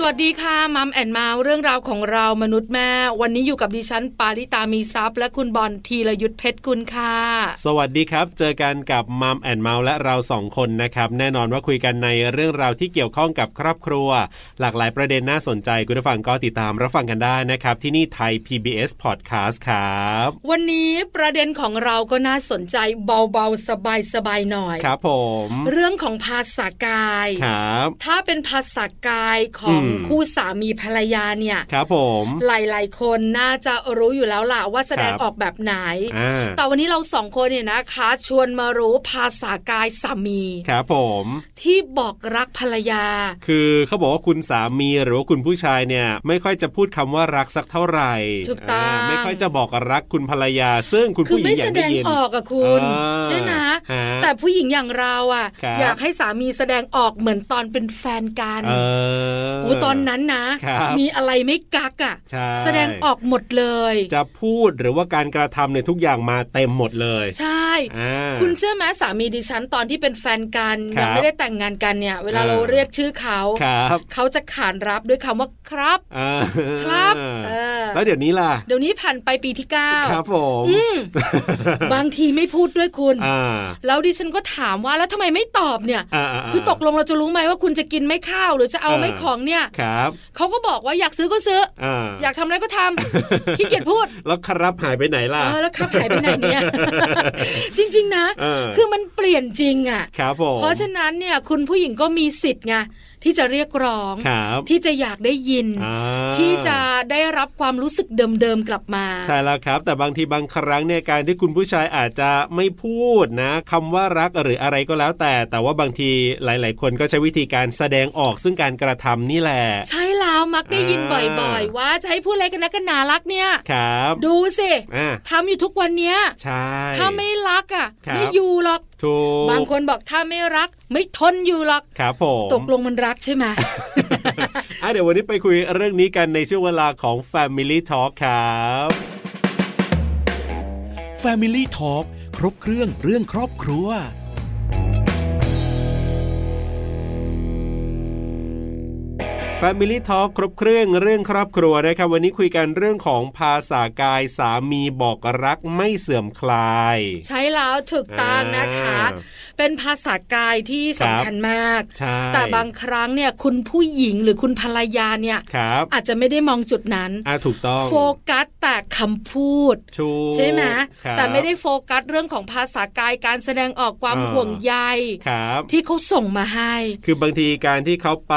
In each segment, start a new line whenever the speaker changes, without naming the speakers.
สวัสดีค่ะมัมแอนเมาส์เรื่องราวของเรามนุษย์แม่ วันนี้อยู่กับดิฉันปาริตามีซัพย์และคุณบอลธีรยุทธเพชรกุลค่ะ
สวัสดีครับ เจอกันกับมัมแอนเมาส์และเราสองคนนะครับ แน่นอนว่าคุยกันในเรื่องราวที่เกี่ยวข้องกับครอบครัว หลากหลายประเด็นน่าสนใจคุณผู้ฟังก็ติดตามรับฟังกันได้นะครับ ที่นี่ไทย PBS Podcast ครับ
วันนี้ประเด็นของเราก็น่าสนใจเบาๆ สบายๆหน่อย
ครับผม
เรื่องของภาษากาย
ครับ
ถ้าเป็นภาษากายของ
อืม
คู่สามีภรรยาเนี่ย
ครับผม
หลายๆ คนน่าจะรู้อยู่แล้วล่ะว่าแสดงออกแบบไหน
อ่า
แต่วันนี้เราสองคนเนี่ยนะคะ ชวนมารู้ภาษากายสามี
ครับผม
ที่บอกรักภรรยา
คือเขาบอกว่าคุณสามีหรือว่าคุณผู้ชายเนี่ย ไม่ค่อยจะพูดคำว่ารักสักเท่าไหร่
ถูกต้อง
าไม่ค่อยจะบอกรักคุณภรรยา ซึ่งคุณ
คือ
ผู้หญิ
ไม่
งอ
แส
ยา
ด
กได้
ง
ยิน
ออกอะคุณ
อ่า
ใช่ไหม
ฮะ
แต่ผู้หญิงอย่างเราอะ
ครับ
อยากให้สามีแสดงออกเหมือนตอนเป็นแฟนกัน
เออ
โอ้ตอนนั้นนะ
ครับ
มีอะไรไม่กักอะ
ใช่
แสดงออกหมดเลย
จะพูดหรือว่าการกระทำเนี่ยทุกอย่างมาเต็มหมดเลย
ใช่
อ่า
คุณเชื่อไหมสามีดิฉันตอนที่เป็นแฟนกัน
ครับ
ยังไม่ได้แต่งงานกันเนี่ย เวลา
อ่า
เราเรียกชื่อเขา
ครับ
เขาจะขานรับด้วยคำว่าครับ
อ่า
ครับเออ
แล้วเดี๋ยวนี้ล่ะ
เดี๋ยวนี้ผ่านไปปีที่เก้า
ครับผม
อืมบางทีไม่พูดด้วยคุณ
อ่า
แล้วดิฉันก็ถามว่าแล้วทำไมไม่ตอบเนี่ย
อ่าาา
คือตกลงเราจะรู้ไหมว่าคุณจะกินไม่ข้าวหรือจะเอา
เออ
ไม่ของเนี่ย
ครับ
เขาก็บอกว่าอยากซื้อก็ซื้อ
อ่า
ออยากทำอะไรก็ทำ ขี้เกียจพูด
แล้วครับหายไปไหนล่ะ
เออแล้วครับหายไปไหน เนี่ย จริงๆนะ
เออ
คือมันเปลี่ยนจริงอ่ะ
ครับผม
เพราะฉะนั้นเนี่ยคุณผู้หญิงก็มีสิทธิ์ไงที่จะเรียกร้อง
ครับ
ที่จะอยากได้ยิน
อ่า
ที่จะได้รับความรู้สึกเดิมๆกลับมา
ใช่แล้วครับ แต่บางทีบางครั้งเนี่ยการที่คุณผู้ชายอาจจะไม่พูดนะคำว่ารักหรืออะไรก็แล้วแต่ แต่ว่าบางทีหลาย ๆ คนก็ใช้วิธีการแสดงออกซึ่งการกระทำนี่แหละ
ใช่แล้วมักได้ยิน
อ่า
บ่อยๆ ว่าจะให้พูดอะไรกันนะกันหนารักเนี่ย
ครับ
ดูสิ
อ่า
ทำอยู่ทุกวันเนี้ย
ใช่
ถ้าไม่รักอ่ะ
ครับ
ไม่อยู่หรอก
ถูก
บางคนบอกถ้าไม่รัก ไม่ทนอยู่หรอก
ครับผม
ตกลงมันรักใช่ ไหม
อ่ะเดี๋ยววันนี้ไปคุยเรื่องนี้กันในช่วงเวลาของ Family Talk ครับ
Family Talk ครบเครื่องเรื่องครอบครัว
Family Talk ครบเครื่องเรื่องครอบครัวนะครับวันนี้คุยกันเรื่องของภาษากายสามีบอกรักไม่เสื่อมคลาย
ใช้แล้วถูกต้องนะคะ
อ่า
เป็นภาษากายที่สำคัญมาก
ใช่
แต่บางครั้งเนี่ยคุณผู้หญิงหรือคุณภรรยาเนี่ย
ครับ
อาจจะไม่ได้มองจุดนั้น
อ่ะถูกต้อง
โฟกัสแต่คำพูด
ชู
ใช่ไหม
ครับ
แต่ไม่ได้โฟกัสเรื่องของภาษากายการแสดงออกความ
อ่า
ห่วงใย
ครับ
ที่เขาส่งมาให้
คือบางทีการที่เขาไป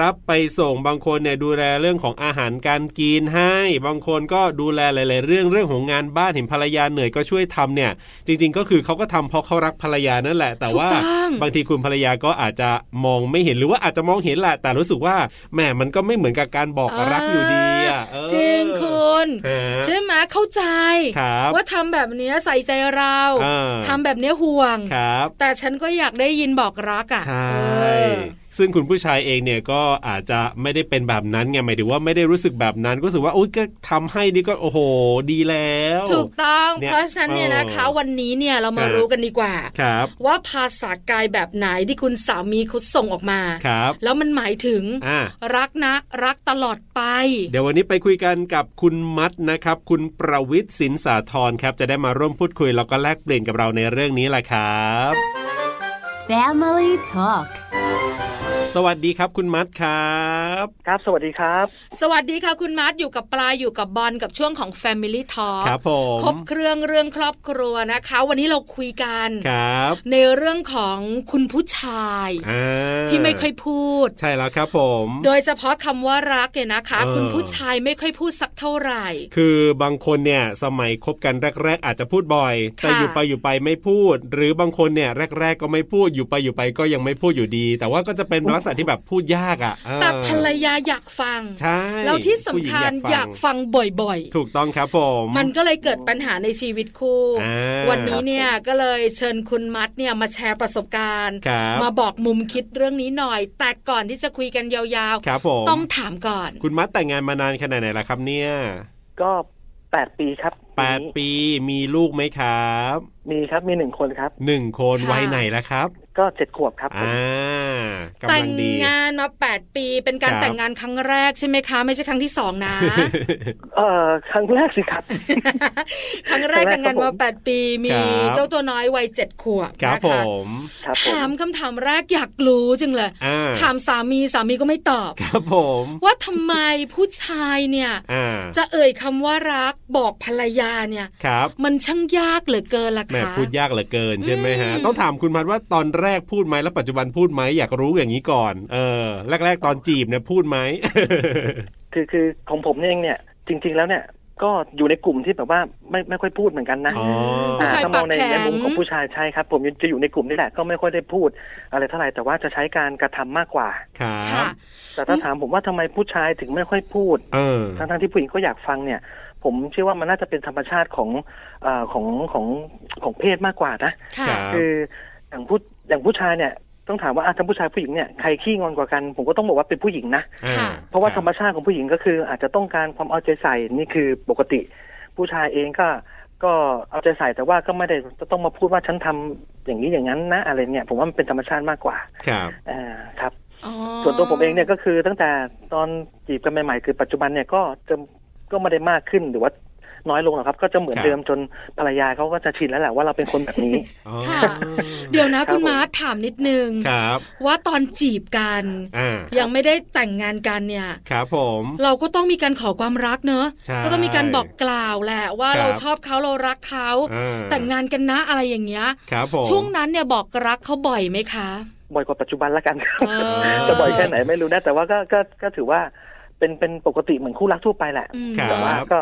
รับไปส่งบางคนเนี่ยดูแลเรื่องของอาหารการกินให้ บางคนก็ดูแลหลาย ๆ เรื่องเรื่องของงานบ้านเห็นภรรยาเหนื่อยก็ช่วยทำเนี่ย จริง ๆ ก็คือเขาก็ทำเพราะเขารักภรรยานั่นแหละ แต่ว่า
ถูกต้อง
บางทีคุณภรรยาก็อาจจะมองไม่เห็นหรือว่าอาจจะมองเห็นแหละแต่รู้สึกว่าแหมมันก็ไม่เหมือนกับการบอกรักอยู่ดีอะเออ
จริงคุณ
ฮะ
ใช่ไหมเข้าใจ
ครับ
ว่าทำแบบเนี้ยใส่ใจเรา
อ่า
ทำแบบเนี้ยห่วง
ครับ
แต่ฉันก็อยากได้ยินบอกรักอ่ะ
ใช
เอ่ อ
ซึ่งคุณผู้ชายเองเนี่ยก็อาจจะไม่ได้เป็นแบบนั้นไงหมายถึงว่าไม่ได้รู้สึกแบบนั้นก็รู้สึกว่าอุ้ยก็ทำให้นี่ก็โอ้โห ดีแล้ว
ถูกต้อง
เนี่ย
เพราะฉะนั้นเนี่ยนะคะ
เออ
วันนี้เนี่ยเรามา
ครับ
รู้กันดีกว่า
ครับ
ว่าภาษากายแบบไหนที่คุณสามีเขาส่งออกมา
ครับ
แล้วมันหมายถึง
อ่ะ
รักนะรักตลอดไป
เดี๋ยววันนี้ไปคุยกันกับคุณมัดนะครับ คุณประวิทย์สินสาธรครับ จะได้มาร่วมพูดคุยแล้วก็แลกเปลี่ยนกับเราในเรื่องนี้แหละครับ
Family Talk
สวัสดีครับคุณมัดครับ
ครับ สวัสดีครับ
สวัสดีค่ะคุณมาร์ทอยู่กับปลาอยู่กับบอลกับช่วงของ Family Talk
ครับผม
ครบเครื่องเรื่องครอบครัวนะคะ วันนี้เราคุยกัน
ครับ
ในเรื่องของคุณผู้ชาย
อ่า
ที่ไม่ค่อยพูด
ใช่แล้วครับผม
โดยเฉพาะคำว่ารักเนี่ยนะคะ
เออ
คุณผู้ชายไม่ค่อยพูดสักเท่าไหร่
คือบางคนเนี่ยสมัยคบกันแรก ๆ อาจจะพูดบ่อย แต่
ค่ะ
อยู่ไปอยู่ไปไม่พูด หรือบางคนเนี่ยแรก ๆ ก็ไม่พูดอยู่ไปอยู่ไปก็ยังไม่พูดอยู่ดี แต่ว่าก็จะเป็นลักษณะที่แบบพูดยากอ่ะเออ
แต่ภรรยาอยากฟัง
ใช่
แล้วที่สำ
ผู้หญิง
คัญอยาก
ฟัง
ฟังบ่อย
ถูกต้องครับผม
ๆ มันก็เลยเกิดปัญหาในชีวิตคู่
อ่า
วันนี้เนี่ยก็เลยเชิญคุณมัดเนี่ยมาแชร์ประสบการณ์
ครับ
มาบอกมุมคิดเรื่องนี้หน่อย แต่ก่อนที่จะคุยกันยาว
ครับผม
ๆ ต้องถามก่อน
คุณมัดแต่งงานมานานขนาดไหนล่ะครับเนี่ย
ก็ แปดปีครับ
แปด
นี้
ปีมีลูกไหมครับ
มีครับมีหนึ่งคนครับ
หนึ่งคน
ค่ะ
วัยไหนแล้วครับ
ก็เจ็ดขวบครับผม
อ่ากำ
แต่
ลั
ง
งดี
งานมา 8 ปีเป็นการ
ครับ
แต่งงานครั้งแรกใช่ไหมคะ ไม่ใช่ครั้งที่สองนะ
เอ่อครั้งแรกสิครับ
ครั้งแรกแต่งงานมา 8 ปีมี
ครับ
เจ้าตัวน้อยวัยเจ็ดขวบ
ครับ
นะ
ผ
คะ
ม
ครับผ
ถาม
ม
คำถามแรกอยากรู้จังเลย
อ่า
ถามสามีสามีก็ไม่ตอบ
ครับผม
ว่าทำไมผู้ชายเนี่ย
อ่า
จะเอ่ยคำว่ารักบอกภรรยาเนี่ย
ครับ
มันช่างยากเหลือเกินล่ะ
แหม
คะ
พูดยากเหลือเกินใช่ไหมฮะ
อืม
ต้องถามคุณพันว่าตอนแรกพูดไหมแล้วปัจจุบันพูดไหมอยากรู้อย่างนี้ก่อนเออแรก ๆ ตอนจีบเนี่ยพูดไหม
คือคือของผมเองเนี่ย จริง ๆ แล้วเนี่ย ก็อยู่ในกลุ่มที่แบบว่าไม่ไม่ค่อยพูดเหมือนกันนะ
อ๋อ
ผู้ชาย
ถ้าม
ปา
อก งใน
แข็
ใน
ง
มุมของผู้ชายใช่ครับ ผมจะอยู่ในกลุ่มนี่แหละก็ไม่ค่อยได้พูด อะไรเท่าไหร่แต่ว่าจะใช้การกระทำมากกว่า
ครับ
ค่ะ
แต่ถ้าถามผมว่าทำไมผู้ชายถึงไม่ค่อยพูด
เออ
ทั้งๆที่ผู้หญิงก็อยากฟังเนี่ย ผมเชื่อว่ามันน่าจะเป็นธรรมชาติของเออของของของเพศมากกว่านะ
ค่ะ
ครับ
คืออย่างผู้อย่างผู้ชายเนี่ยต้องถามว่าอ่ะทั้งผู้ชายผู้หญิงเนี่ยใครขี้งอนกว่ากัน ผมก็ต้องบอกว่าเป็นผู้หญิงนะ
อ่
ค่ะ
เพราะว่า
ค
ธรรมชาติของผู้หญิงก็คืออาจจะต้องการความเอาใจใส่นี่คือปกติ ผู้ชายเองก็ก็เอาใจใส่แต่ว่าก็ไม่ได้ต้องมาพูดว่าฉันทำอย่างนี้อย่างนั้นนะอะไรเนี่ยผมว่ามันเป็นธรรมชาติมากกว่า
ครับ
อ่าครับ
อ๋อ
ส่วนตัวผมเองเนี่ยก็คือตั้งแต่ตอนจีบกันใหม่ๆคือปัจจุบันเนี่ยก็จะก็ไม่ได้มากขึ้นหรือว่าน้อยลงหรอกครับ ก็จะเหมือน
ครับ
เดิมจนภรรยาเขาก็จะชินแล้วแหละว่าเราเป็นคนแบบนี้
อ๋อ
ค่ะ เดี๋ยวนะ
ครับ
คุณ
ผม
มาร์ทถามนิดนึง
ครับ
ว่าตอนจีบกัน
อ่า
ยังไม่ได้แต่งงานกันเนี่ย
ครับผม
เราก็ต้องมีการขอความรักเนอะ
ใช่
ก็ต้องมีการบอกกล่าวแหละว่า
ครับ
เราชอบเขาเรารักเขา
อ่
แต่งงานกันนะอะไรอย่างเงี้ย
ครับผม
ช่วงนั้นเนี่ยบอกรักเขาบ่อยไหมคะ
บ่อยกว่าปัจจุบันละกัน
เ
จะบ่อยแค่ไหนไม่รู้นะแต่ว่าก็ก็ก็ถือว่าเป็นเป็นปกติเหมือนคู่รักทั่วไปแหละ
อืม
ครับ
แต่ว่าก็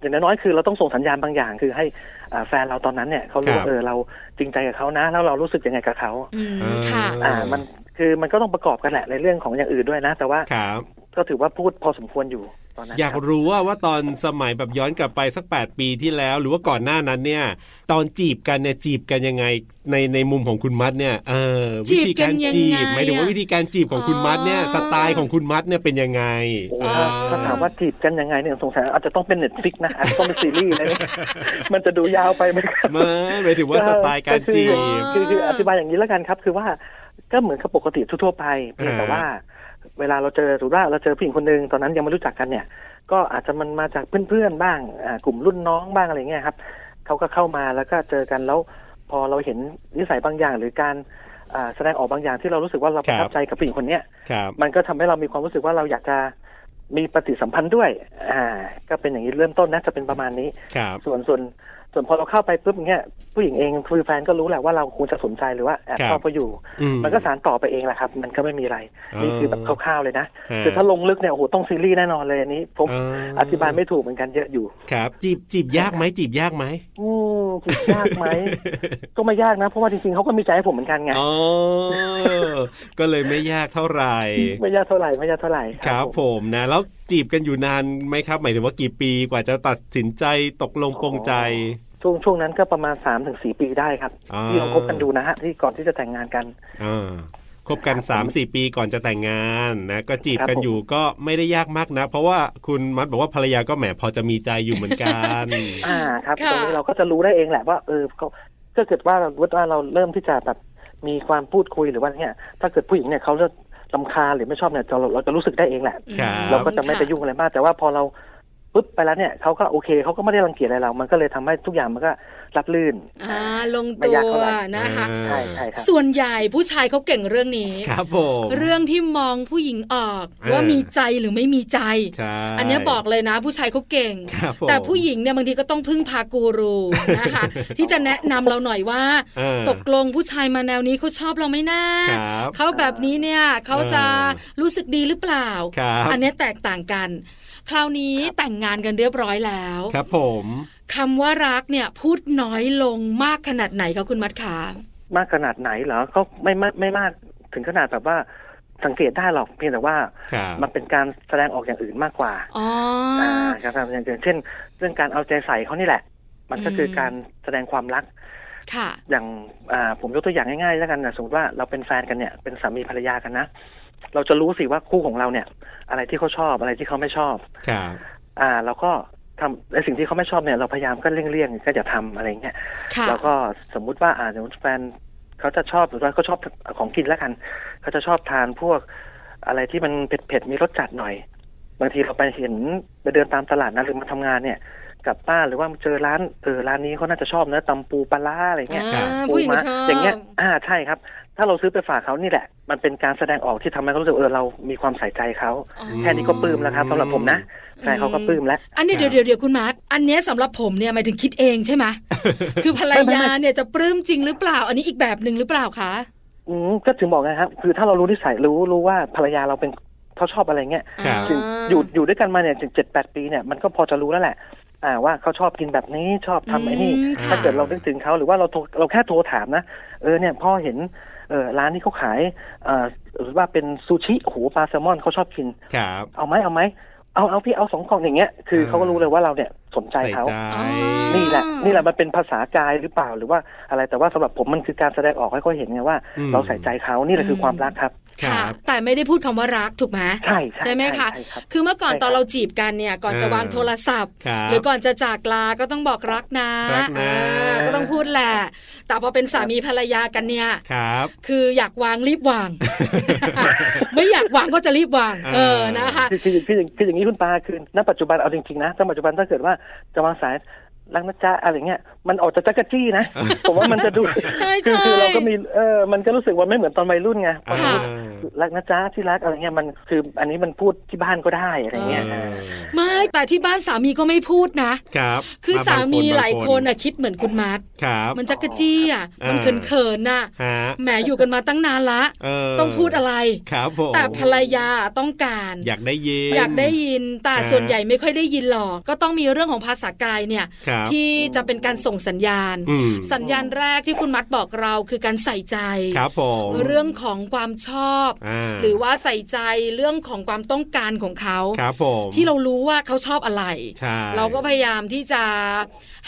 อย่างน้อยๆคือเราต้องส่งสัญญาณบางอย่าง คือให้อ่าแฟนเราตอนนั้นเนี่ยเขารู้
ครับ
ว่าเออเราจริงใจกับเขานะ แล้วเรารู้สึกยังไงกับเขา
อืม
เออ
ค่ะ
อ่ามันคือมันก็ต้องประกอบกันแหละในเรื่องของอย่างอื่นด้วยนะ แต่ว่า
ครับ
ก็ถือว่าพูดพอสมควรอยู่ตอนนั้น
อยาก
ครับ
รู้ว่าว่าตอนสมัยแบบย้อนกลับไปสัก 8 ปีที่แล้ว หรือว่าก่อนหน้านั้นเนี่ย ตอนจีบกันเนี่ยจีบกันยังไงในในมุมของคุณมัดเนี่ยเออวิธีการ
จี
จี
บกันยังไง
บหมายถึงว่าวิธีการจีบของคุณมัดเนี่ย
อ๋อ
สไตล์ของคุณมัดเนี่ยเป็นยังไง
โอ้โห
เออ
ถ้าถามว่าจีบกันยังไงเนี่ยสงสัยอาจจะต้องเป็นเน็ตฟิกนะอาจจะต้องเป็นซีรีส์นะเนี่ย มันจะดูยาวไปไหมครับ
ไม่หมายถึงว่าสไตล์การจีบ
คือคือคืออธิบายอย่างนี้แล้วกันครับ คือว่าก็เหมือนกับปกติทั่วๆไปเพียงแต่
อ่า
ว่า เวลาเราเจอหรือว่าเราเจอผู้หญิงคนหนึ่งตอนนั้นยังไม่รู้จักกันเนี่ย ก็อาจจะมันมาจากเพื่อนๆบ้างอ่ากลุ่มรุ่นน้องบ้างอะไรเงี้ยครับเขาก็เข้ามาแล้วก็เจอกันแล้ว พอเราเห็นนิสัยบางอย่าง หรือการอ่าแสดงออกบางอย่างที่เรารู้สึกว่าเราประทับใจกับผู้หญิงคนเนี้ย
ครับ
มันก็ทำให้เรามีความรู้สึกว่าเราอยากจะมีปฏิสัมพันธ์ด้วย อ่า ก็เป็นอย่างนี้เริ่มต้นนะจะเป็นประมาณนี้
ครับ
ส่วนส่วนส่วนพอเราเข้าไปปุ๊บอย่างเงี้ยผู้หญิงเองคือแฟนก็รู้แหละว่าเราควรจะสนใจหรือว่าแอบชอบเขาอยู่
อื
มันก็สารต่อไปเองแหละครับ มันก็ไม่มีอะไร นี่คือแบบคร่าวๆเลยนะ
ฮะ
คือถ้าลงลึกเนี่ยโอ้โหต้องซีรีส์แน่นอนเลยอันนี้ ผม
เ
อธิบายไม่ถูกเหมือนกันเยอะอยู่
ครับ จีบจีบยากไหมจีบยากไหม
อืมจีบยาก ไหม ก็ไม่ยากนะ เพราะว่าจริงๆเขาก็มีใจให้ผมเหมือนกันไง
อ๋อ ก็เลยไม่ยากเท่าไหร่
ไม่ยากเท่าไหร่ไม่ยากเท่าไหร่
ครับ
ผม
ผมนะ แล้วจีบกันอยู่นานไหมครับ หมายถึงว่ากี่ปีกว่าจะตัดสินใจตกลงปรงใจ
ช่วงช่วงนั้นก็ประมาณสามถึงสี่ปีได้ครับ
อ่า
ที่เราคบกันดูนะฮะ ที่ก่อนที่จะแต่งงานกัน
อ่าคบกัน 3 4 ปีก่อนจะแต่งงานนะก็จีบกัน
ครับผม
อยู่ก็ไม่ได้ยากมากนะ เพราะว่าคุณมัดบอกว่าภรรยาก็แหมพอจะมีใจอยู่เหมือนกัน
อ่าครับ
ค่ะ
ตรงนี้เราก็จะรู้ได้เองแหละว่าเออเขาถ้าเกิดว่าเราว่าเราเริ่มที่จะแบบมีความพูดคุยหรือว่าเนี่ยถ้าเกิดผู้หญิงเนี่ยเขาจะลำคาญหรือไม่ชอบเนี่ยเราเราเราจะรู้สึกได้เองแหละ
อืม
ครับ
เราก็จะไม่ไปยุ่งอะไรมาก แต่ว่าพอเราปุ๊บไปแล้วเนี่ยเขาก็โอเคเขาก็ไม่ได้รังเกียจอะไรเรา มันก็เลยทำให้ทุกอย่างมันก็รับลื่น
อ่าลงตัวย
ไม่ากเท่าไหร่
นะคะ
ใช่ใช่ครับ
ส่วนใหญ่ผู้ชายเขาเก่งเรื่องนี้
ครับผม
เรื่องที่มองผู้หญิงออก
เออ
ว่ามีใจหรือไม่มีใจ
ใช่
อันเนี้ยบอกเลยนะ ผู้ชายเขาเก่ง
ครับผม
แต่ผู้หญิงเนี่ยบางทีก็ต้องพึ่งพากูรูนะคะ ที่จะแนะนำเราหน่อยว่า
อ่า
ตกลงผู้ชายมาแนวนี้เขาชอบเราไหมนะครับ เขาแบบนี้เนี่ยเขาจะรู้สึกดีหรือเปล่า
ครับ
อันเนี้ยแตกต่างกัน คราวนี้แต่งงานกันเรียบร้อยแล้ว
ครับผม
คำว่ารักเนี่ยพูดน้อยลงมากขนาดไหนคะคุณมัดขาม
ากขนาดไหนเหรอก็ไม่ไม่ไม่มากถึงขนาดแบบว่าสังเกตได้หรอกเพียงแต่ว่า
ครับ
มันเป็นการแสดงออกอย่างอื่นมากกว่า
อ๋ออ
การแสดงอย่างอื่นเช่น เรื่องการเอาใจใส่เขานี่แหละ มันก็คืออ
ม
การแสดงความรัก
ค่ะ
อย่างอ่าผมยกตัวอย่างง่ายๆแล้วกันนะสมมติว่าเราเป็นแฟนกันเนี่ย เป็นสามีภรรยากันนะ เราจะรู้สิว่าคู่ของเราเนี่ย อะไรที่เขาชอบอะไรที่เขาไม่ชอบ
ครับ
อ่าเราก็ ทำในสิ่งที่เขาไม่ชอบเนี่ยเราพยายามก็เลี่ยงๆก็อย่าทำอะไรเงี้ย
ค่ะ
แล้วก็สมมุติว่าอ่าเดี๋ยวแฟนเขาจะชอบหรือว่าเขาชอบของกินแล้วกันเขาจะชอบทานพวกอะไรที่มันเผ็ดๆมีรสจัดหน่อย บางทีเราไปเห็นไปเดินตามตลาดนะหรือมาทำงานเนี่ย กลับบ้านหรือว่าเจอร้านเออร้านนี้เขาน่าจะชอบนะตำปูปลาร้าอะไรเงี้ย
อ่า
ครับ
ผู้หญิงก็ชอบ
อย่างเงี้ย อ่า ใช่ครับ ถ้าเราซื้อไปฝากเขานี่แหละ มันเป็นการแสดงออกที่ทำให้เขารู้สึกเออเรามีความใส่ใจเขา แค่นี้ก็ปลื้มแล้วครับสำหรับผมนะใช่เขาก็ปลื้มแล้ว
อันนี้
ครั
เดี๋ย
บ
วเดี๋ยวเดี๋ยวคุณมาร์ทอันเนี้ยสำหรับผมเนี่ยหมายถึงคิดเองใช่ไหม คือภรรยาเนี่ยจะปลื้มจริงหรือเปล่า อันนี้อีกแบบหนึ่งหรือเปล่าคะ
อืม ก็ถึงบอกไงครับ คือถ้าเรารู้นิสัยรู้รู้ว่าภรรยาเราเป็นเขาชอบอะไรเงี้ย
ครับ
ถึง
า
อยู่อยู่ด้วยกันมาเนี่ยถึงเจ็ดแปดปีเนี่ยมันก็พอจะรู้แล้วแหละ อ่าว่าเขาชอบกินแบบนี้ชอบทำไอ้นี่
อืม
ค่ะ
ถ้าเกิดเรานึกถึงเขาหรือว่าเราโทรเราแค่โทรถามนะ เออเนี่ยพ่อเห็นเออร้านที่เขาขายเอ่อหรือว่าเป็นซูชิโอ้โหปลาแซลมอนเขาชอบกิน
ครับ
เอาไหมเอาไหมเอาเอาพี่เอาสองกล่องอย่างเงี้ยคือ
เออ
เขาก็รู้เลยว่าเราเนี่ยสนใจ
ใส่
เขา
ใจ
อ๋อ
นี่แหละนี่แหละมันเป็นภาษากายหรือเปล่าหรือว่าอะไรแต่ว่าสำหรับผมมันคือการแสดงออกให้เขาเห็นไงว่า
อืม
เราใส่ใจเขานี่แหละคือความรักครับ
ค
ค่ะ
รับ
แต่ไม่ได้พูดคำว่ารักถูกไหม
ใช่ใช่
ใช่ไหมคะ
ใช่รับ
คือเมื่อก่อน
ใช่ครับ
ตอนเราจีบกันเนี่ยก่อน
อ่าว
จะางโทรศัพท์
ครับ
หรือก่อนจะจากลาก็ต้องบอกรักนะ
รักนะ
อ่าก็ต้องพูดแหละ แต่พอเป็นสามีภรรยากันเนี่ย
ครับ
คืออยากวางรีบวาง ไม่อยากวางก็จะรีบวาง เออนะคะ
คือคือคือคือคืออย่างนี้คุณปาคือณปัจจุบันเอาจริงๆนะณปัจจุบันถ้าเกิดว่าจะวางสายรักนะจ๊ะอะไรเงี้ยมันออกจะจักรจี้ นะผมว่ามันจะดู
ใช่
คือ
ใช่
คือเราก็มีเออมันก็รู้สึกว่าไม่เหมือนตอนวัยรุ่นไง
อ่า
ค่ะ
รักนะจ๊ะที่รักอะไรเงี้ยมันคืออันนี้มันพูดที่บ้านก็ได้อะไรเงี้ย
เออ
ไม่แต่ที่บ้านสามีก็ไม่พูดนะ
ครับ
คือสามีหลายคน
อ่ะ
อ่ะคิดเหมือนคุณมาร์ท
ครับ
มันจักกะจี้อ่ะมัน
อ่า
เขินๆน่ะ
ฮะ
แหมอยู่กันมาตั้งนานละ
เออ
ต้องพูดอะไร
ครับผม
แต่ภรรยาต้องการ
อยากได้ยิน
อยากได้ยินแต่
อ่า
ส่วนใหญ่ไม่ค่อยได้ยินหรอก ก็ต้องมีเรื่องของภาษากายเนี่ย
ครับ
ที่จะเป็นการส่งสัญญาณ
อืม
สัญญาณแรกที่คุณมัดบอกเราคือการใส่ใจ
ครับผม
เรื่องของความชอบ
า
หรือว่าใส่ใจเรื่องของความต้องการของเขา
ครับผม
ที่เรารู้ว่าเขาชอบอะไร
ใช่
เราก็พยายามที่จะ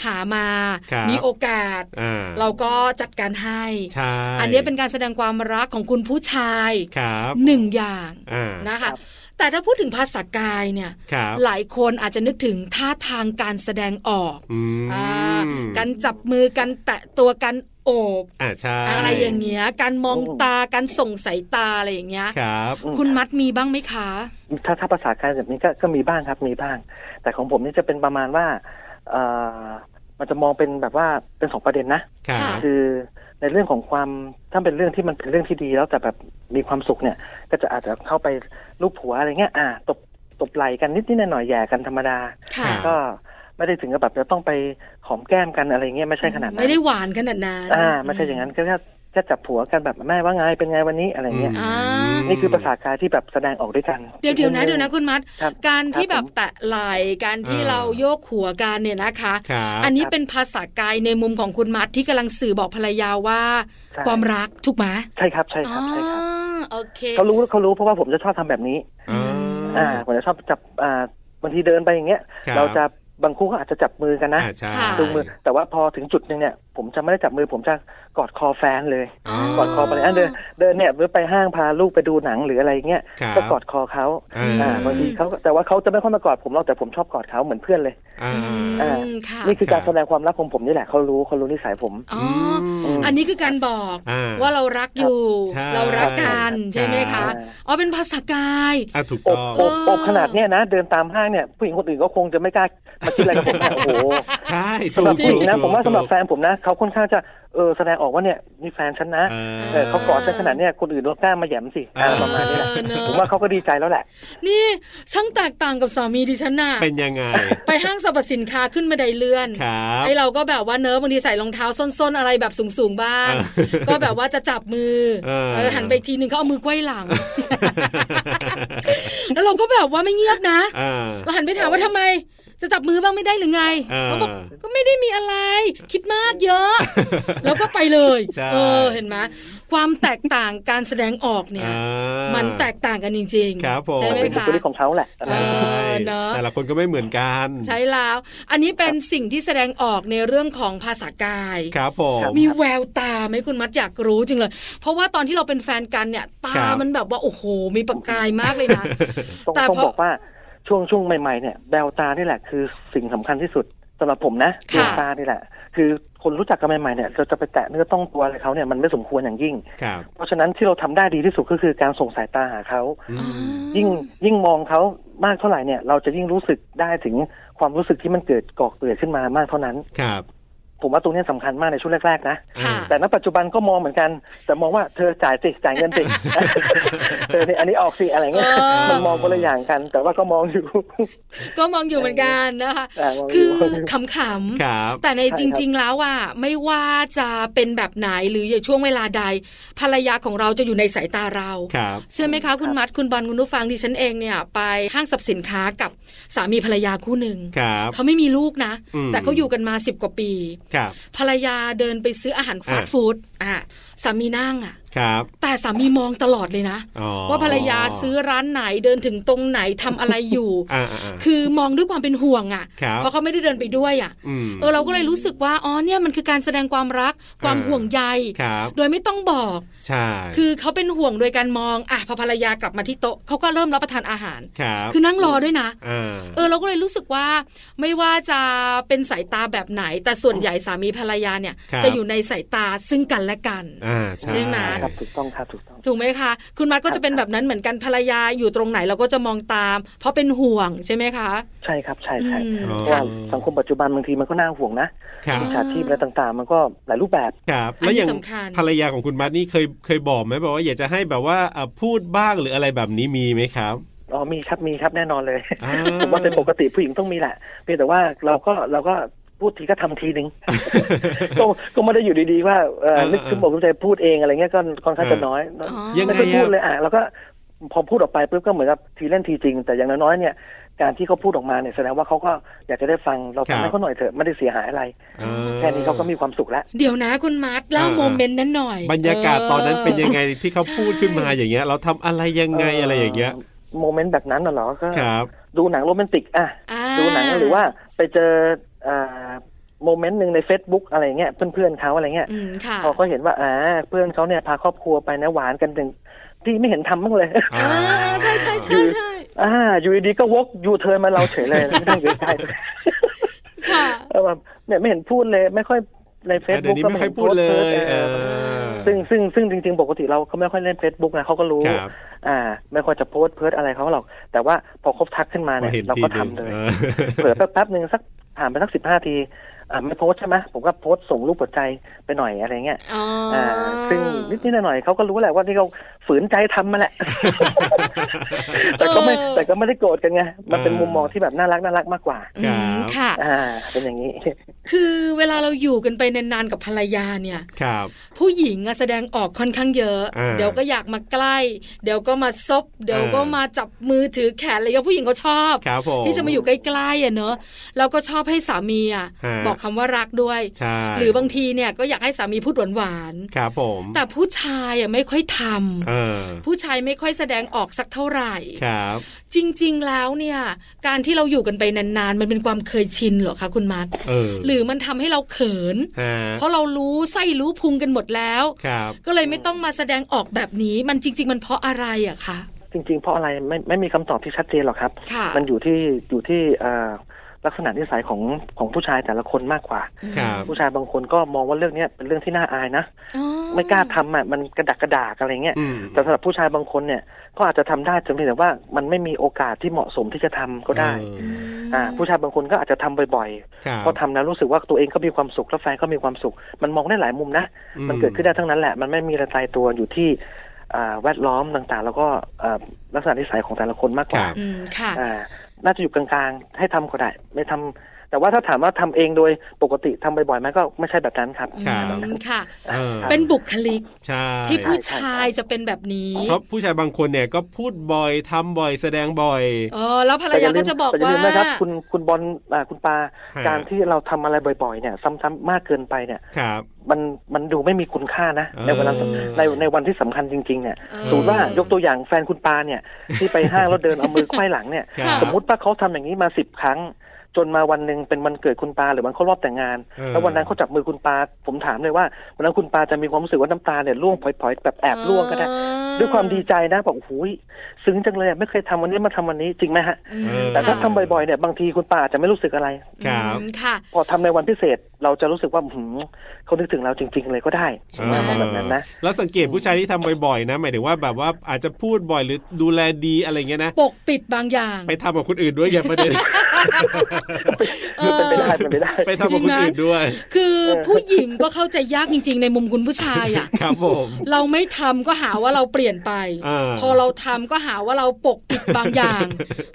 หามา
ครับ
มีโอกาส
อ่า
เราก็จัดการให้
ใช่
อันนี้เป็นการแสดงความรักของคุณผู้ชาย
ครับ
หนึ่งอย่าง
อ่า
นะ
ครั
คะ
บ
แต่ถ้าพูดถึงภาษากายเนี่ย
ครับ
หลายคนอาจจะนึกถึงท่าทางการแสดงออก
อืม
อ่าการจับมือกันแตะตัวกันโอบ
อ่าใช่
อะไรอย่างเงี้ย การมองตา การส่งสายตาอะไรอย่างเงี้ย
ครับ
คุณมัดมีบ้างไหมคะ
ถ้าถ้าภาษากายแบบนี้ก็ก็มีบ้างครับมีบ้าง แต่ของผมนี่จะเป็นประมาณว่าเอ่อมันจะมองเป็นแบบว่าเป็นสองประเด็นนะ
ครับ
คือในเรื่องของความถ้าเป็นเรื่องที่มันเป็นเรื่องที่ดีแล้วแต่แบบมีความสุขเนี่ย ก็จะอาจจะเข้าไปลูบหัวอะไรเงี้ยอ่าตบตบไหล่กันนิดนิดหน่อยๆแหย่กันธรรมดา
ค่ะ
รับ
ก็ไม่ได้ถึงกับแบบจะต้องไปหอมแก้มกันอะไรเงี้ยไม่ใช่ขนาดนั้น
ไม่ได้หวานขนาดนั้น
อ่าไม่ใช่อย่างนั้นก็แค่แค่จับผัวกันแบบแม่ว่าไงเป็นไงวันนี้อะไรเงี้ย
อ่า
นี่คือภาษากายที่แบบแสดงออกด้วยกัน
เดี๋ยวเดี๋ยวนะเดี๋ยวนะคุณมัด
ครับ
การที่
ค
แบ
รั
บบ แตะไหล่การที่
อ่า
เราโยกหัวกันเนี่ยนะคะ
ครับ
อันนี้เป็นภาษากายในมุมของคุณมัดที่กำลังสื่อบอกภรรยาว่า
ใช่
ความรักถูกไหม
ใช่ครับใช่ค
อ๋
รั
อบ
ใช่ครับ
โอเค
เขารู้เขารู้เพราะว่าผมจะชอบทำแบบนี้
อ่า
อ่าผมจะชอบจับอ่าบางทีเดินไปอย่างเงี้ย
ครับ
เราจะบางคู่ก็อาจจะจับมือกันนะ
อ่าใช่
ค่ะ
จูงมือแต่ว่าพอถึงจุดหนึ่งเนี่ย ผมจะไม่ได้จับมือผมจะกอดคอแฟนเลย
อ๋อ
กอดคอไปเลยอ่ะเดินเดินเนี่ยหรือไปห้างพาลูกไปดูหนังหรืออะไรเงี้ย
ครับ
ก็กอดคอเขา
อ่า
อ่าบางทีเขาก็แต่ว่าเขาจะไม่ค่อยมากอดผมหรอกแต่ผมชอบกอดเขาเหมือนเพื่อนเลย
อ่า
อืมค่ะ
นี่คือ
ครับ
การแสดงความรักของผมนี่แหละเขารู้เขารู้นิสัยผม
อ๋อ
อืม
อันนี้คือการบอก
อ่า
ว่าเรารักอยู่
ใช่
เรารักกัน
ใช่
ใช่ไหมคะ
ใช่
อ๋อเป็นภาษากาย
อ่ะถูก
อบ
ต้อง
อบอบขนาดเนี้ยนะ เดินตามห้างเนี่ยผู้หญิงคนอื่นก็คงจะไม่กล้ามาคิดอะไรกับผมนะโอ้โห
ใช่
สำหรับ
ถูก
ผู้หญิงนะ
ถูก
ผมว่า
ถูก
สำหรับแฟนผมนะเขาค่อนข้างจะเออแสดงออกว่าเนี่ยนี่แฟนฉันนะ
เออ
เออเขากอดฉันขนาดเนี้ยคนอื่นก็กล้ามาแหยมสิอะไรประมาณเนี้ย
เออเนอะ
ผมว่าเขาก็ดีใจแล้วแหละ
นี่ช่างแตกต่างกับสามีดิฉันน่ะ
เป็นยังไง
ไปห้างสรรพสินค้าขึ้นบันไดเลื่อน
ครับ
ไอเราก็แบบว่าเนิร์บางทีใส่รองเท้าส้นๆอะไรแบบสูงๆบ้าง
เออ
ก็แบบว่าจะจับมือ
เออ
เออหันไปทีนึงเขาเอามือไกว้ห ลัง แล้วเราก็แบบว่าไม่เงียบนะ
อ่า
เราหันไปถามว่าทำไม จะจับมือบ้างไม่ได้หรือไง
เออ
เขาบอกก็ไม่ได้มีอะไร คิดมากเยอะ แล้วก็ไปเลย
ใช่
เออเห็นไหมความแตกต่างการแสดงออกเนี่ย
อ่า
มันแตกต่างกันจริง
ครับผม
ใช่ไหม
เป็นบุ
คะ
คลิกของเขาแหละ
ใช่ เออเนอะ
แต่ละคนก็ไม่เหมือนกัน
ใช่แล้ว อันนี้เป็นสิ่งที่แสดงออกในเรื่องของภาษากาย
ครับผม
มีแววตาไหมคุณมัดอยากรู้จริงเลย เพราะว่าตอนที่เราเป็นแฟนกันเนี่ย
ครั
ตา
บ
มันแบบว่า โอ้โห มีประกายมากเลยนะ
ต้อง
แต่
ต้อง
พอ
บอกว่า ช่วงช่วงใหม่ๆเนี่ยแววตานี่แหละคือสิ่งสำคัญที่สุดสำหรับผมนะ
ค่ะ
ดวงตานี่แหละ คือคนรู้จักกันใหม่ๆเนี่ยเราจะไปแตะเนื้อต้องตัวอะไรเขาเนี่ยมันไม่สมควรอย่างยิ่ง
ครับ
เพราะฉะนั้นที่เราทำได้ดีที่สุดก็คือการส่งสายตาหาเขา
อื
อ๋อ
ม
ยิ่งยิ่งมองเขามากเท่าไหร่เนี่ย เราจะยิ่งรู้สึกได้ถึงความรู้สึกที่มันเกิดก่อเกิดขึ้นมามากเท่านั้น
ครับ
ผมว่าตรงเนี้ยสำคัญมากในช่วงแรกๆนะ
ค่ะ
แต่ณปัจจุบันก็มองเหมือนกัน แต่มองว่าเธอจ่ายสิจ่ายเงิน สิ เธอเนี่ยอันนี้ออกสิอะไรเงี้ย
เออ
มันมองคนละอย่างกัน แต่ว่าก็มองอยู่
ก็มองอยู่เหมือนกันนะคะ
ะมง
คื
ยู่
อขำๆ
ครับ
แต่ในจริง ๆ แล้วอ่ะไม่ว่าจะเป็นแบบไหนหรืออยู่ช่วงเวลาใด ภรรยาของเราจะอยู่ในสายตาเรา
ครับ
เชื่อไหมคะ คุณ
ครับ
มัดคุณบอลคุณนุฟังดิฉันเองเนี่ย ไปห้างสรรพสินค้ากับสามีภรรยาคู่หนึ่ง
ครับ
เขาไม่มีลูกนะ
อืม
แต่เขาอยู่กันมาสิบกว่าปี
ครับ
ภรรยาเดินไปซื้ออาหารฟาสต์ฟู้ดอ่ะสามีนั่งอ่ะ
ครับ
แต่สามีมองตลอดเลยนะ
อ๋อ
ว่าภรรยาซื้อร้านไหนเดินถึงตรงไหนทำอะไรอยู่
อ่าอ่าอ่า
คือมองด้วยความเป็นห่วงอ่ะ
ครับ
เพราะเขาไม่ได้เดินไปด้วยอ่ะ
ม
เออเราก็เลยรู้สึกว่าอ๋อเนี่ยมันคือการแสดงความรักความ
เออ
ห่วงใย
ครับ
โดยไม่ต้องบอก
ใช่
คือเขาเป็นห่วงโดยการมองอ่ะพอภรรยากลับมาที่โต๊ะเขาก็เริ่มรับประทานอาหาร
ครับ
คือนั่งรอด้วยนะ
อ่า
เออเราก็เลยรู้สึกว่าไม่ว่าจะเป็นสายตาแบบไหน แต่ส่วนใหญ่สามีภรรยาเนี่ย จะอยู่ในสายตาซึ่งกันและกัน
อ่าใช่
ใช่ไหม
ครับถูกต้องครับถูกต้อง
ถูกไหมคะ คุณมัดก็จะเป็นแบบนั้นเหมือนกันภรรยาอยู่ตรงไหนเราก็จะมองตาม เพราะเป็นห่วงใช่ไหมคะ
ใช่ครับใช่ใช่
อืม
เพราะว่าสังคมปัจจุบันบางทีมันก็น่าห่วงนะครับมิจฉาชีพอะไรต่างๆ มันก็หลายรูปแบบ
ครับ
อันนี้
แล้วอย่าง
สำคัญ
ภรรยาของคุณมัดนี่เคยเคยบอกไหมบอกว่าอยากจะให้แบบว่าอ่ะพูดบ้างหรืออะไรแบบนี้มีไหมครับ
อ๋อมีครับมีครับแน่นอนเลย
อ่า
ผมว่าเป็นปกติผู้หญิงต้องมีแหละเพียงแต่ว่าเราก็เราก็พูดทีก็ทำที หนึ่ง ก็ก็ไม่ได้อยู่ดีๆว่าเอ่อ
เออ
นึกขึ้นบอกขึ้นใจพูดเองอะไรเงี้ยก็ค่อนข้างจะ
เออ
น้อย
อ๋อ
ยัง
ไม่
ไง
ค่อยพูด
อะ
เลยอ่ะแล้วก็พอพูดออกไปปุ๊บก็เหมือนกับทีเล่นทีจริง แต่อย่างน้อยๆเนี่ยการที่เขาพูดออกมาเนี่ยแสดงว่าเขาก็อยากจะได้ฟังเรา
ครั
ฟัง
บ
ให้เขาหน่อยเถอะไม่ได้เสียหายอะไร
อ่า
แค่นี้เขาก็มีความสุขแล้ว
เดี๋ยวนะคุณมัดเล่า
อ่า
โมเมนต์นั้นหน่อย
บรรยากาศตอนนั้นเป็นยังไงที่เขา
ใช่
พูดขึ้นมาอย่างเงี้ย เราทำอะไรยังไงอะไรอย่างเงี้ย
โมเมนต์แบบนั้นน่ะเหรอก็
ครับ
ดูหนังโรแมนติกอ่ะ
อ่า
ดูหนังหรือว่าไปเจออ่าโมเมนต์หนึ่งใน Facebook อะไรเงี้ยเพื่อนๆเขาอะไรเงี้ย
อืมค่ะ
พอเขาเห็นว่าอ่าเพื่อนเขาเนี่ยพาครอบครัวไปนะหวานกันถึงพี่ไม่เห็นทำบ้าง เลย
อ่าใช่ใช่ใช่ใช่
อ่าอยู่ดีๆก็วกยูเทิร์นมาเราเฉย เลยไม่ต้องอยู่ใกล้
ค่ะ
เออแบบเนี่ยไม่เห็นพูดเลย ไม่ค่อยในเฟซ
เดี๋ยว
บุ๊ก
นี้
ก็
ไม่
ไม่
ค่อ
เห็
ย
น
พูดเล
โพส
ย
ต์ออ
เออ
ซึ่งซึ่งซึ่งจริงๆปกติเราก็ไม่ค่อยเล่นเฟซบุ๊กนะเขาก็รู้
ครับ
อ่า ไม่ค่อยจะโพสต์เพิร์ดอะไรเขาหรอก แต่ว่าพอคบทักขึ้นมา
มา
เนี่ย
เห็น
เรา
ที
ก็
ห
ทำ
นึ่ง
เลย
เอ อ
เผื่อแป๊บๆหนึ่งสักผ่านไปสักสิบห้าทีอ่าไม่โพสต์ใช่ไหมผมก็โพสต์ส่งรูปหัวใจไปหน่อยอะไรเงี้ย
อ๋อ
อ่า ซึ่งนิดๆหน่อยๆเขาก็รู้แหละว่าที่เขาฝืนใจทำมาแหละ แต่ก็ไม่แต่ก็ไม่ได้โกรธกันไงมันเป็น
อ่ามุ
มุมมองที่แบบน่ารักน่ารักมากกว่า
อืมค่ะ
อ่า เป็นอย่างนี้
คือเวลาเราอยู่กันไปนานๆกับภรรยาเนี่ย
ครับ
ผู้หญิงอะแสดงออกค่อนข้างเยอะ
อ่า
เดี๋ยวก็อยากมาใกล้ เดี๋ยวก็มาซบ เดี๋ยวก็
อ่าม
มาจับมือถือแขนอะไรก็ผู้หญิงก็ชอบ
ครับผม
ที่จะมาอยู่ใกล้ๆอ่ะเนอะแล้วก็ชอบให้สามีอ่ะ
ฮะ
บอกคำว่ารักด้วย
ใช่
หรือบางทีเนี่ยก็อยากให้สามีพูดหวาน
ครับผม
ๆแต่ผู้ชายอ่ะไม่ค่อยทำ
เออ
ผู้ชายไม่ค่อยแสดงออกสักเท่าไหร่
ครับ
จริง ๆ แล้วเนี่ย การที่เราอยู่กันไปนานๆ มันเป็นความเคยชินเหรอคะคุณมัด
เออ
หรือมันทำให้เราเขิน
ฮะ
เพราะเรารู้ไส้รู้พุงกันหมดแล้ว
ครับ
ก็เลยไม่ต้องมาแสดงออกแบบนี้ มันจริง ๆ มันเพราะอะไรอะคะ
จริง ๆ เพราะอะไรไม่ไม่มีคำตอบที่ชัดเจนหรอกครับ
ค่ะ
มันอยู่ที่อยู่ที่เอ่อลักษณะนิสัยของของผู้ชายแต่ละคนมากกว่า
ครับ
ผู้ชายบางคนก็มองว่าเรื่องเนี้ยเป็นเรื่องที่น่าอายนะ
อ๋อ
ไม่กล้าทำอ่ะมันกระดักกระดากอะไรเงี้ย
อืม
แต่สำหรับผู้ชายบางคนเนี่ยก็อาจจะทำได้จำเป็นแต่ว่ามันไม่มีโอกาสที่เหมาะสมที่จะทำก็ได้
อืม
อ่าผู้ชายบางคนก็อาจจะทำบ่อย
ครับ
ๆพอทำแล้วรู้สึกว่าตัวเองก็มีความสุขแล้วแฟนก็มีความสุข มันมองได้หลายมุมนะ
อื
มันเกิดขึ้นได้ทั้งนั้นแหละ มันไม่มีอะไรตายตัวอยู่ที่อ่าแวดล้อมต่างๆ แล้วก็อ่าลักษณะนิสัยของแต่ละคนมากก
ค
ว่า
รับ
อืมค่ะ
อ่าน่าจะอยู่กลางๆ ให้ทำก็ได้ ไม่ทำแต่ว่าถ้าถามว่าทำเองโดยปกติทำบ่อยๆไหมก็ไม่ใช่แบบนั้นครับ
ครับ
อืมค่ะ
เออ
เป็นบุคลิก
ใช่
ที่ผู้
ใช่
ชายจะเป็นแบบนี้
เพราะผู้ชายบางคนเนี่ยก็พูดบ่อยทำบ่อยแสดงบ่อย
เออแล้วภรรยาก็จะบอก
แต่อ
ว่า
ย่ลืมนะครับคุณคุณบอลอ่าคุณปา
ฮะ
การที่เราทำอะไรบ่อยๆเนี่ยซ้ำๆมากเกินไปเนี่ย
ครับ
มันมันดูไม่มีคุณค่านะ
เออ
ในเวลาในในวันที่สำคัญจริงๆเนี่ย
เออ
สมมติว่ายกตัวอย่างแฟนคุณปาเนี่ย ที่ไปห้างแล้วเดินเอามือไขว้หลังเนี่ย
ครับ
สมมติว่าเขาทำอย่างนี้มาสิบครั้ง จนมาวันหนึ่งเป็นวันเกิดคุณปาหรือวันครบรอบแต่งงาน
เออ
แล้ววันนั้นเขาจับมือคุณปาผมถามเลยว่าวันนั้นคุณปาจะมีความรู้สึกว่าน้ำตาเนี่ยร่วงพลอยๆแบบแอบร่วงก็ได้
อ่า
ด้วยความดีใจนะบอกโอ้โหซึ้งจังเลยอะไม่เคยทำวันนี้มาทำวันนี้จริงไหมฮะ
อืม
เออ
แต่ถ้า
ค่ะ
ทำบ่อยๆเนี่ยบางทีคุณป้าอาจจะไม่รู้สึกอะไร
ครับ
อืมค่ะ
พอทำในวันพิเศษเราจะรู้สึกว่าอื้อหือเขานึกถึงเราจริง ๆ เลยก็ได้
เออ
ประมาณแบบนั้นนะ
แล้วสังเกตผู้ชายที่ทำบ่อยๆ นะ หมายถึงว่าแบบว่าอาจจะพูดบ่อยหรือดูแลดีอะไรเงี้ยนะ
ปกปิดบางอย่าง
ไปทำกับคนอื่นด้วยอย่า ประเด็น
เออ
คือเป็นไปได้เป็นไปได้
ไปทำกับคนอื่นด้วย
คือผู้หญิงก็เข้าใจยากจริง ๆ ในมุมคุณผู้ชายอ่ะ
ครับผม
เราไม่ทำก็หาว่าเราเปลี่ยนไป
เออ
พอเราทำก็หาว่าเราปกปิดบางอย่าง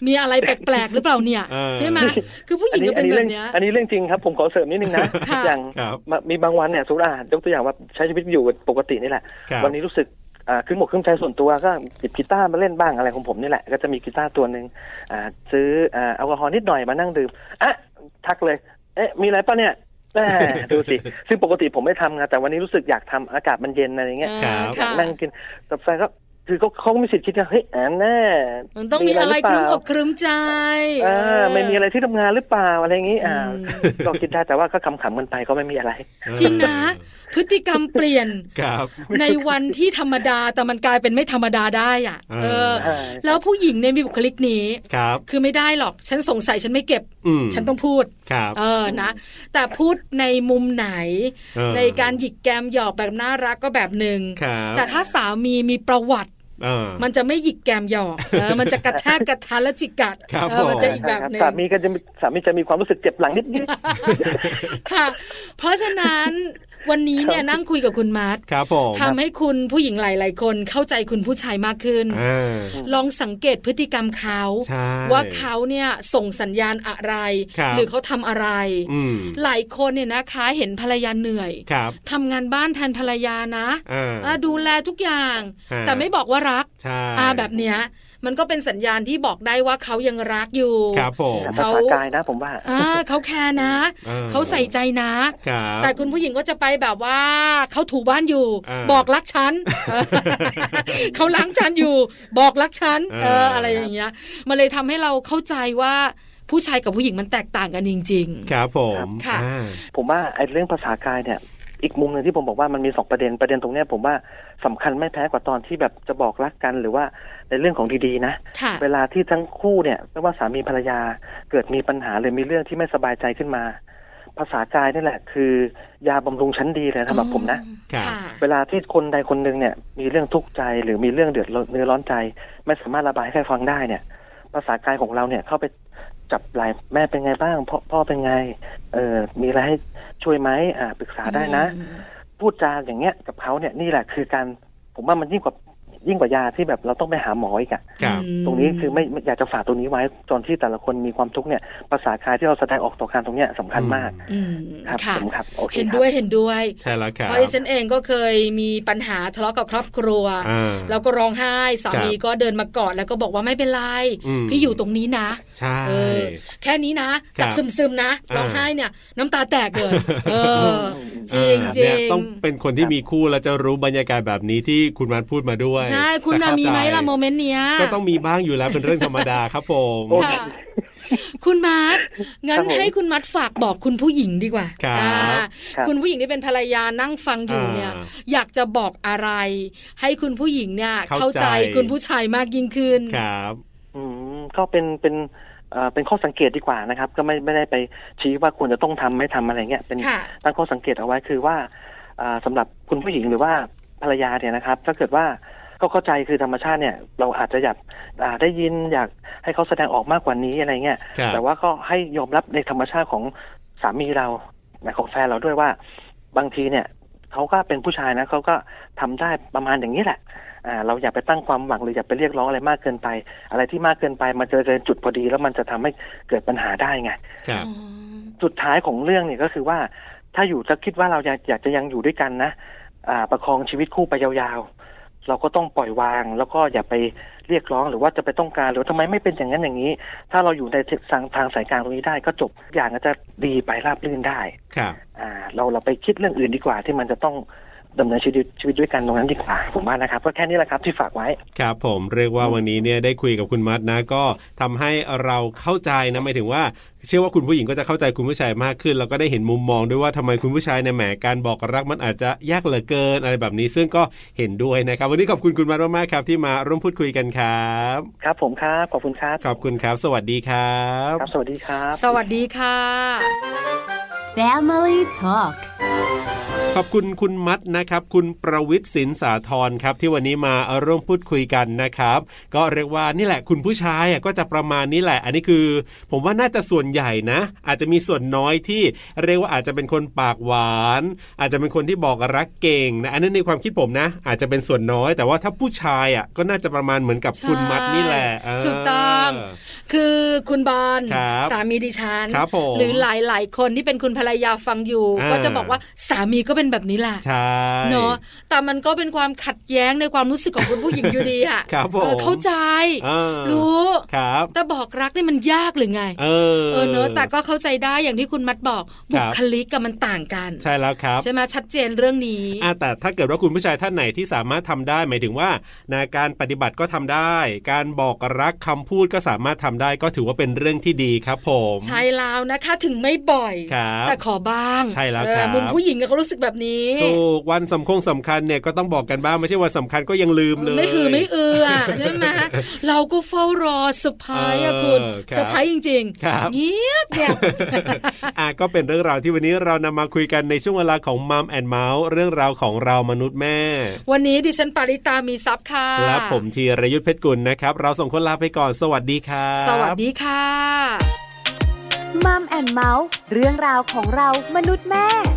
มีอะไรแปลกๆหรือเปล่าเนี่ย
เออ
ใช่ไหมคือผู้ห
อั
ญิ
น
ง
นี้
ก็
อั
เป็น น
นี้
แบ
เรื่อบ ง
เนี้ย
อันนี้เรื่องจริงครับผมขอเสริมนิดนึงนะ
ค่ะ
อย่าง
ครับ
มามีบางวันเนี่ยสมมติอ่ายกตัวอย่างว่าใช้ชีวิตอยู่ปกตินี่แหละ
ครับ
วันนี้รู้สึกอ่าขึ้นหมกขึ้นใจส่วนตัวก็หยิบกีตาร์มาเล่นบ้างอะไรของผมนี่แหละ ก็จะมีกีตาร์ตัวหนึ่งอ่าซื้ออ่าแอลกอฮอล์นิดหน่อยมานั่งดื่มอ่ะทักเลย เอ๊ะมีอะไรป่ะเนี่ยแหม่ดูสิ ซึ่งปกติผมไม่ทำไงแต่วันนี้รู้สึกอยากทำอากาศมันเย็นอะไรอย่างเงี้ย
ครับ
ค่ะ
นั่งกินแต่แฟนก็คือเขาเขาก็มีสิทธิ์คิดว่าเฮ้ยแอนแน่
มันต้องมีอะไรค
ห
รึ้ม
เป
อ
ล่า
กครึ้มใจ
เออไม่มีอะไรที่ทำงานหรือเปล่าอะไรอย่างนี้
อื
อ่าม ก็คิดได้แต่ว่าก็ขำๆกันไปก็ไม่มีอะไร
จริงนะ พฤติกรรมเปลี่ยน
ครับ
ในวันที่ธรรมดาแต่มันกลายเป็นไม่ธรรมดาได้อ่ะ
เออ
เออ
ใช่
แล้วผู้หญิงเนี่ยมีบุคลิกนี้
ครับ
คือไม่ได้หรอก ฉันสงสัยฉันไม่เก็บ
อืม
ฉันต้องพูด
ครับ
เออนะ แต่พูดในมุมไหน
เออ
ในการหยิกแกมหยอกแบบน่ารักก็แบบหนึ่ง
ครับ
แต่ถ้าสามีมีประวัติ
เออ
มันจะไม่หยิกแกมหยอกเอ อมันจะกระแทกกระทันและจิกกัด
ครับ
เออมัน
ผม
จะอีกแบบหนึ่ง
สามีก็จะมีสามีจะมีความรู้สึกเจ็บหลังนิดนิด
ค่ะ เพราะฉะนั้นวันนี้เนี่ยนั่งคุยกับคุณมาร์ท
ครับผม
ทำให้คุณผู้หญิงหลาย ๆ คนเข้าใจคุณผู้ชายมากขึ้น
อ่า
ลองสังเกตพฤติกรรมเขา
ใช่
ว่าเขาเนี่ยส่งสัญญาณอะไร
ครับ
หรือเขาทำอะไร
อืม
หลายคนเนี่ยนะคะเห็นภรรยาเหนื่อย
ครับ
ทำงานบ้านแทนภรรยานะ
อ่า
อ่ะดูแลทุกอย่าง
ฮะ
แต่ไม่บอกว่ารัก
ใช่
อาแบบเนี้ยมันก็เป็นสัญญาณที่บอกได้ว่าเขายังรักอยู่
ครับผม
ภาษากายนะผมว่า
อ่าเขาแคร์นะ
เออ
เขาใส่ใจนะ
ครับ
แต่คุณผู้หญิงก็จะไปแบบว่าเขาถูบ้านอยู่
อ่า
บอกรัก ฉัน เขาล้างจานอยู่ บอกรักฉันเอ
เอ
อ
ออ
อะไรอย่างเงี้ยมันเลยทำให้เราเข้าใจว่าผู้ชายกับผู้หญิงมันแตกต่างกันจริง
ครับผม
ค่ะ
อ่า
ผมว่าไอ้เรื่องภาษากายเนี่ย อีกมุมหนึ่งที่ผมบอกว่ามันมีสองประเด็นประเด็นตรงเนี้ยผมว่าสำคัญไม่แพ้กว่าตอนที่แบบจะบอกรักกันหรือว่าในเรื่องของดีๆนะ
ๆ ค่ะ
เวลาที่ทั้งคู่เนี่ยไม่ว่าสามีภรรยาเกิดมีปัญหาหรือมีเรื่องที่ไม่สบายใจขึ้นมา ภาษากายนี่แหละ คือยาบำรุงชั้นดีเลยสำหรับผมนะ
ครับ
เวลาที่คนใดคนหนึ่งเนี่ยมีเรื่องทุกข์ใจหรือมีเรื่องเดือดร้อนเนื้อร้อนใจ ไม่สามารถระบายให้ใครฟังได้เนี่ย ภาษากายของเราเนี่ยเข้าไปจับไหลายแม่เป็นไงบ้างพ่อพ่อเป็นไงเออมีอะไรให้ช่วยไหมอ่าปรึกษาได้นะ พูดจาอย่างเงี้ยกับเขาเนี่ยนี่แหละคือการผมว่ามันยิ่งกว่ายิ่งกว่ายาที่แบบเราต้องไปหาหมออีกอะ
ครับ
ตรงนี้คือไม่ไม่อยากจะฝากตรงนี้ไว้ตอนที่แต่ละคนมีความทุกข์เนี่ยภาษากายที่เราแสดงออกต่อการตรงเนี้ยสำคัญมาก
อืม
ครับ
ค่ะ
ผมครับโอเค
เห็น
ครับ
ด้วยเห็นด้วย
ใช่แล้วครับ
เพราะดิฉันเองก็เคยมีปัญหาทะเลาะกับครอบครัว
อ่า
แล้วก็ร้องไห้สามี
ครับ
ก็เดินมากอดแล้วก็บอกว่าไม่เป็นไร
อืม
พี่อยู่ตรงนี้นะ
ใช่
เออ แค่นี้นะจาก
ครับ
ซึมๆนะ
อ่า
ร้องไห้เนี่ย น้ำตาแตกเลยเออ จ
เอ
ริ
อง
จ
เนี่
ริ
ย
ง
ต้องเป็นคนที่มีคู่แล้วจะรู้บรรยากาศแบบนี้ที่คุณมันพูดมาด้วย
ใช่คุณ
จะ
น่ะ
เข้
มี
ใจ
ไหมล่ะโมเมนต์เนี้ย
ก็ต้องมีบ้างอยู่แล้วเป็นเรื่องธรรมดาครับผม
โอ
ค่ะคุณมาร์ทงั้น
ครับผม
ให้คุณมาร์ทฝากบอกคุณผู้หญิงดีกว่า
ครับ
อ่า
ครับ
คุณผู้หญิงที่เป็นภรรยานั่งฟังอยู่เนี่ย
อ่า
อยากจะบอกอะไร ให้คุณผู้หญิงเนี่ย เข้า
เข้า
ใจ
ใจ
คุณผู้ชายมากยิ่งขึ้น
ครับ
อืมก็เป็นเป็นเอ่อเป็นข้อสังเกตดีกว่านะครับ ก็ไม่ไม่ได้ไปชี้ว่าควรจะต้องทำไม่ทำอะไรเงี้ยเป็น
ค่ะ
ตั้งข้อสังเกตเอาไว้คือว่าอ่าสำหรับคุณผู้หญิงหรือว่าภรรยาเนี่ยนะครับ ถ้าเกิดว่าเขาเข้าใจคือธรรมชาติเนี่ย เราอาจจะอยากอ่าได้ยินอยากให้เขาแสดงออกมากกว่านี้อะไรเงี้ย
ครับ
แต่ว่าก็ให้ยอมรับในธรรมชาติของสามีเราของแฟนเราด้วยว่า บางทีเนี่ยเขาก็เป็นผู้ชายนะเขาก็ทำได้ประมาณอย่างนี้แหละอ่าเราอย่าไปตั้งความหวังหรืออย่าไปเรียกร้องอะไรมากเกินไป อะไรที่มากเกินไปมาเจอเกินจุดพอดี แล้วมันจะทำให้เกิดปัญหาได้ไง
ครับ
อ๋อ
จุดท้ายของเรื่องเนี่ยก็คือว่า ถ้าอยู่จะคิดว่าเราอยากอยากจะยังอยู่ด้วยกันนะอ่าประคองชีวิตคู่ไปยาวๆ เราก็ต้องปล่อยวาง แล้วก็อย่าไปเรียกร้องหรือว่าจะไปต้องการหรือว่าทำไมไม่เป็นอย่างนั้นอย่างนี้ ถ้าเราอยู่ในทางทางสายกลางตรงนี้ได้ก็จบทุกอย่างก็จะดีไปราบรื่นได้
ครับ
อ่าเราเราไปคิดเรื่องอื่นดีกว่าที่มันจะต้อง ดำเนินชีวิตชีวิตด้วยกันตรงนั้นดีกว่าผมว่านะครับ ก็แค่นี้แหละครับที่ฝากไว้
ครับผมเรียกว่าวันนี้เนี่ยได้คุยกับคุณมัดนะก็ทำให้เราเข้าใจนะหมายถึงว่า เชื่อว่าคุณผู้หญิงก็จะเข้าใจคุณผู้ชายมากขึ้น แล้วก็ได้เห็นมุมมองด้วยว่าทำไมคุณผู้ชายในยแหมการบอกรักมันอาจจะยากเหลือเกินอะไรแบบนี้ ซึ่งก็เห็นด้วยนะครับ วันนี้ขอบคุณคุณมัดมากๆครับ ที่มาร่วมพูดคุยกันครับ
ครับ ผมครับขอบคุณครับ
ขอบคุณครับ สวัสดีครับ
ครับ สวัสดีครับ
สวัสดีค่ะ
Family Talk
ขอบคุณคุณมัดนะครับ คุณประวิทย์สินสาธรครับที่วันนี้มาร่วมพูดคุยกันนะครับ ก็เรียกว่านี่แหละคุณผู้ชายอ่ะก็จะประมาณนี้แหละ อันนี้คือ ผมว่าน่าจะส่วนใหญ่นะ อาจจะมีส่วนน้อยที่เรียกว่าอาจจะเป็นคนปากหวาน อาจจะเป็นคนที่บอกรักเก่งนะอันนั้นในความคิดผมนะ อาจจะเป็นส่วนน้อย แต่ว่าถ้าผู้ชายอ่ะก็น่าจะประมาณเหมือนกับคุณมัดนี่แหละเออ
ถูกต้อง คือคุณบอล
ครับ
สามีดิฉัน
ครับผม
หรือหลายๆ คนที่เป็นคุณภรรยาฟังอยู่
อ่า
ก็จะบอกว่าสามีก็เป็นแบบนี้แหละ
ใช่
เนาะแต่มันก็เป็นความขัดแย้งในความรู้สึกของคุณผู้หญิงอยู่ดีอ่ะ
ครับผม
เออเข้าใจ
อ่า
รู้
ครับ
แต่บอกรักนี่มันยากหรือไง
เออ
เออเนอะแต่ก็เข้าใจได้อย่างที่คุณมัดบอก
ค
บุ
รับ
คลิกกับมันต่างกัน
ใช่แล้วครับ
ใช่ไหมชัดเจนเรื่องนี้
อ่ะแต่ถ้าเกิดว่าคุณผู้ชายท่านไหนที่สามารถทำได้ หมายถึงว่านะการปฏิบัติก็ทำได้ การบอกรักคำพูดก็สามารถทำได้ก็ถือว่าเป็นเรื่องที่ดีครับผม
ใช่แล้วนะคะถึงไม่บ่อย
ครับ
แต่ขอบ้าง
ใช่แล้ว
เออ
ครับ
มุมผู้หญิงอะเขารู้สึกแบบนี้
ถูกวันสำคัญสำคัญเนี่ยก็ต้องบอกกันบ้างไม่ใช่วันสำคัญก็ยังลืมเลย
ไม่หือไม่เอืออะ ใช่ไหมเราก็เฝ้ารอเซอร์ไพรส์อะ
เออ
คุณ
ครับ
เซอร์ไพรส์จริง
ครับ
เงียบเนี่ย
อ่ะก็เป็นเรื่องราวที่วันนี้เรานำมาคุยกันในช่วงเวลาของมัมแอนเมาส์เรื่องราวของเรามนุษย์แม่
วันนี้ดิฉันปาริตามีซับค่ะ
และผมธีรยุทธเพชรกุลนะครับ เราส่งคนลาไปก่อนสวัสดีครับ
สวัสดีค่ะ
มัมแอนเมาส์เรื่องราวของเรามนุษย์แม่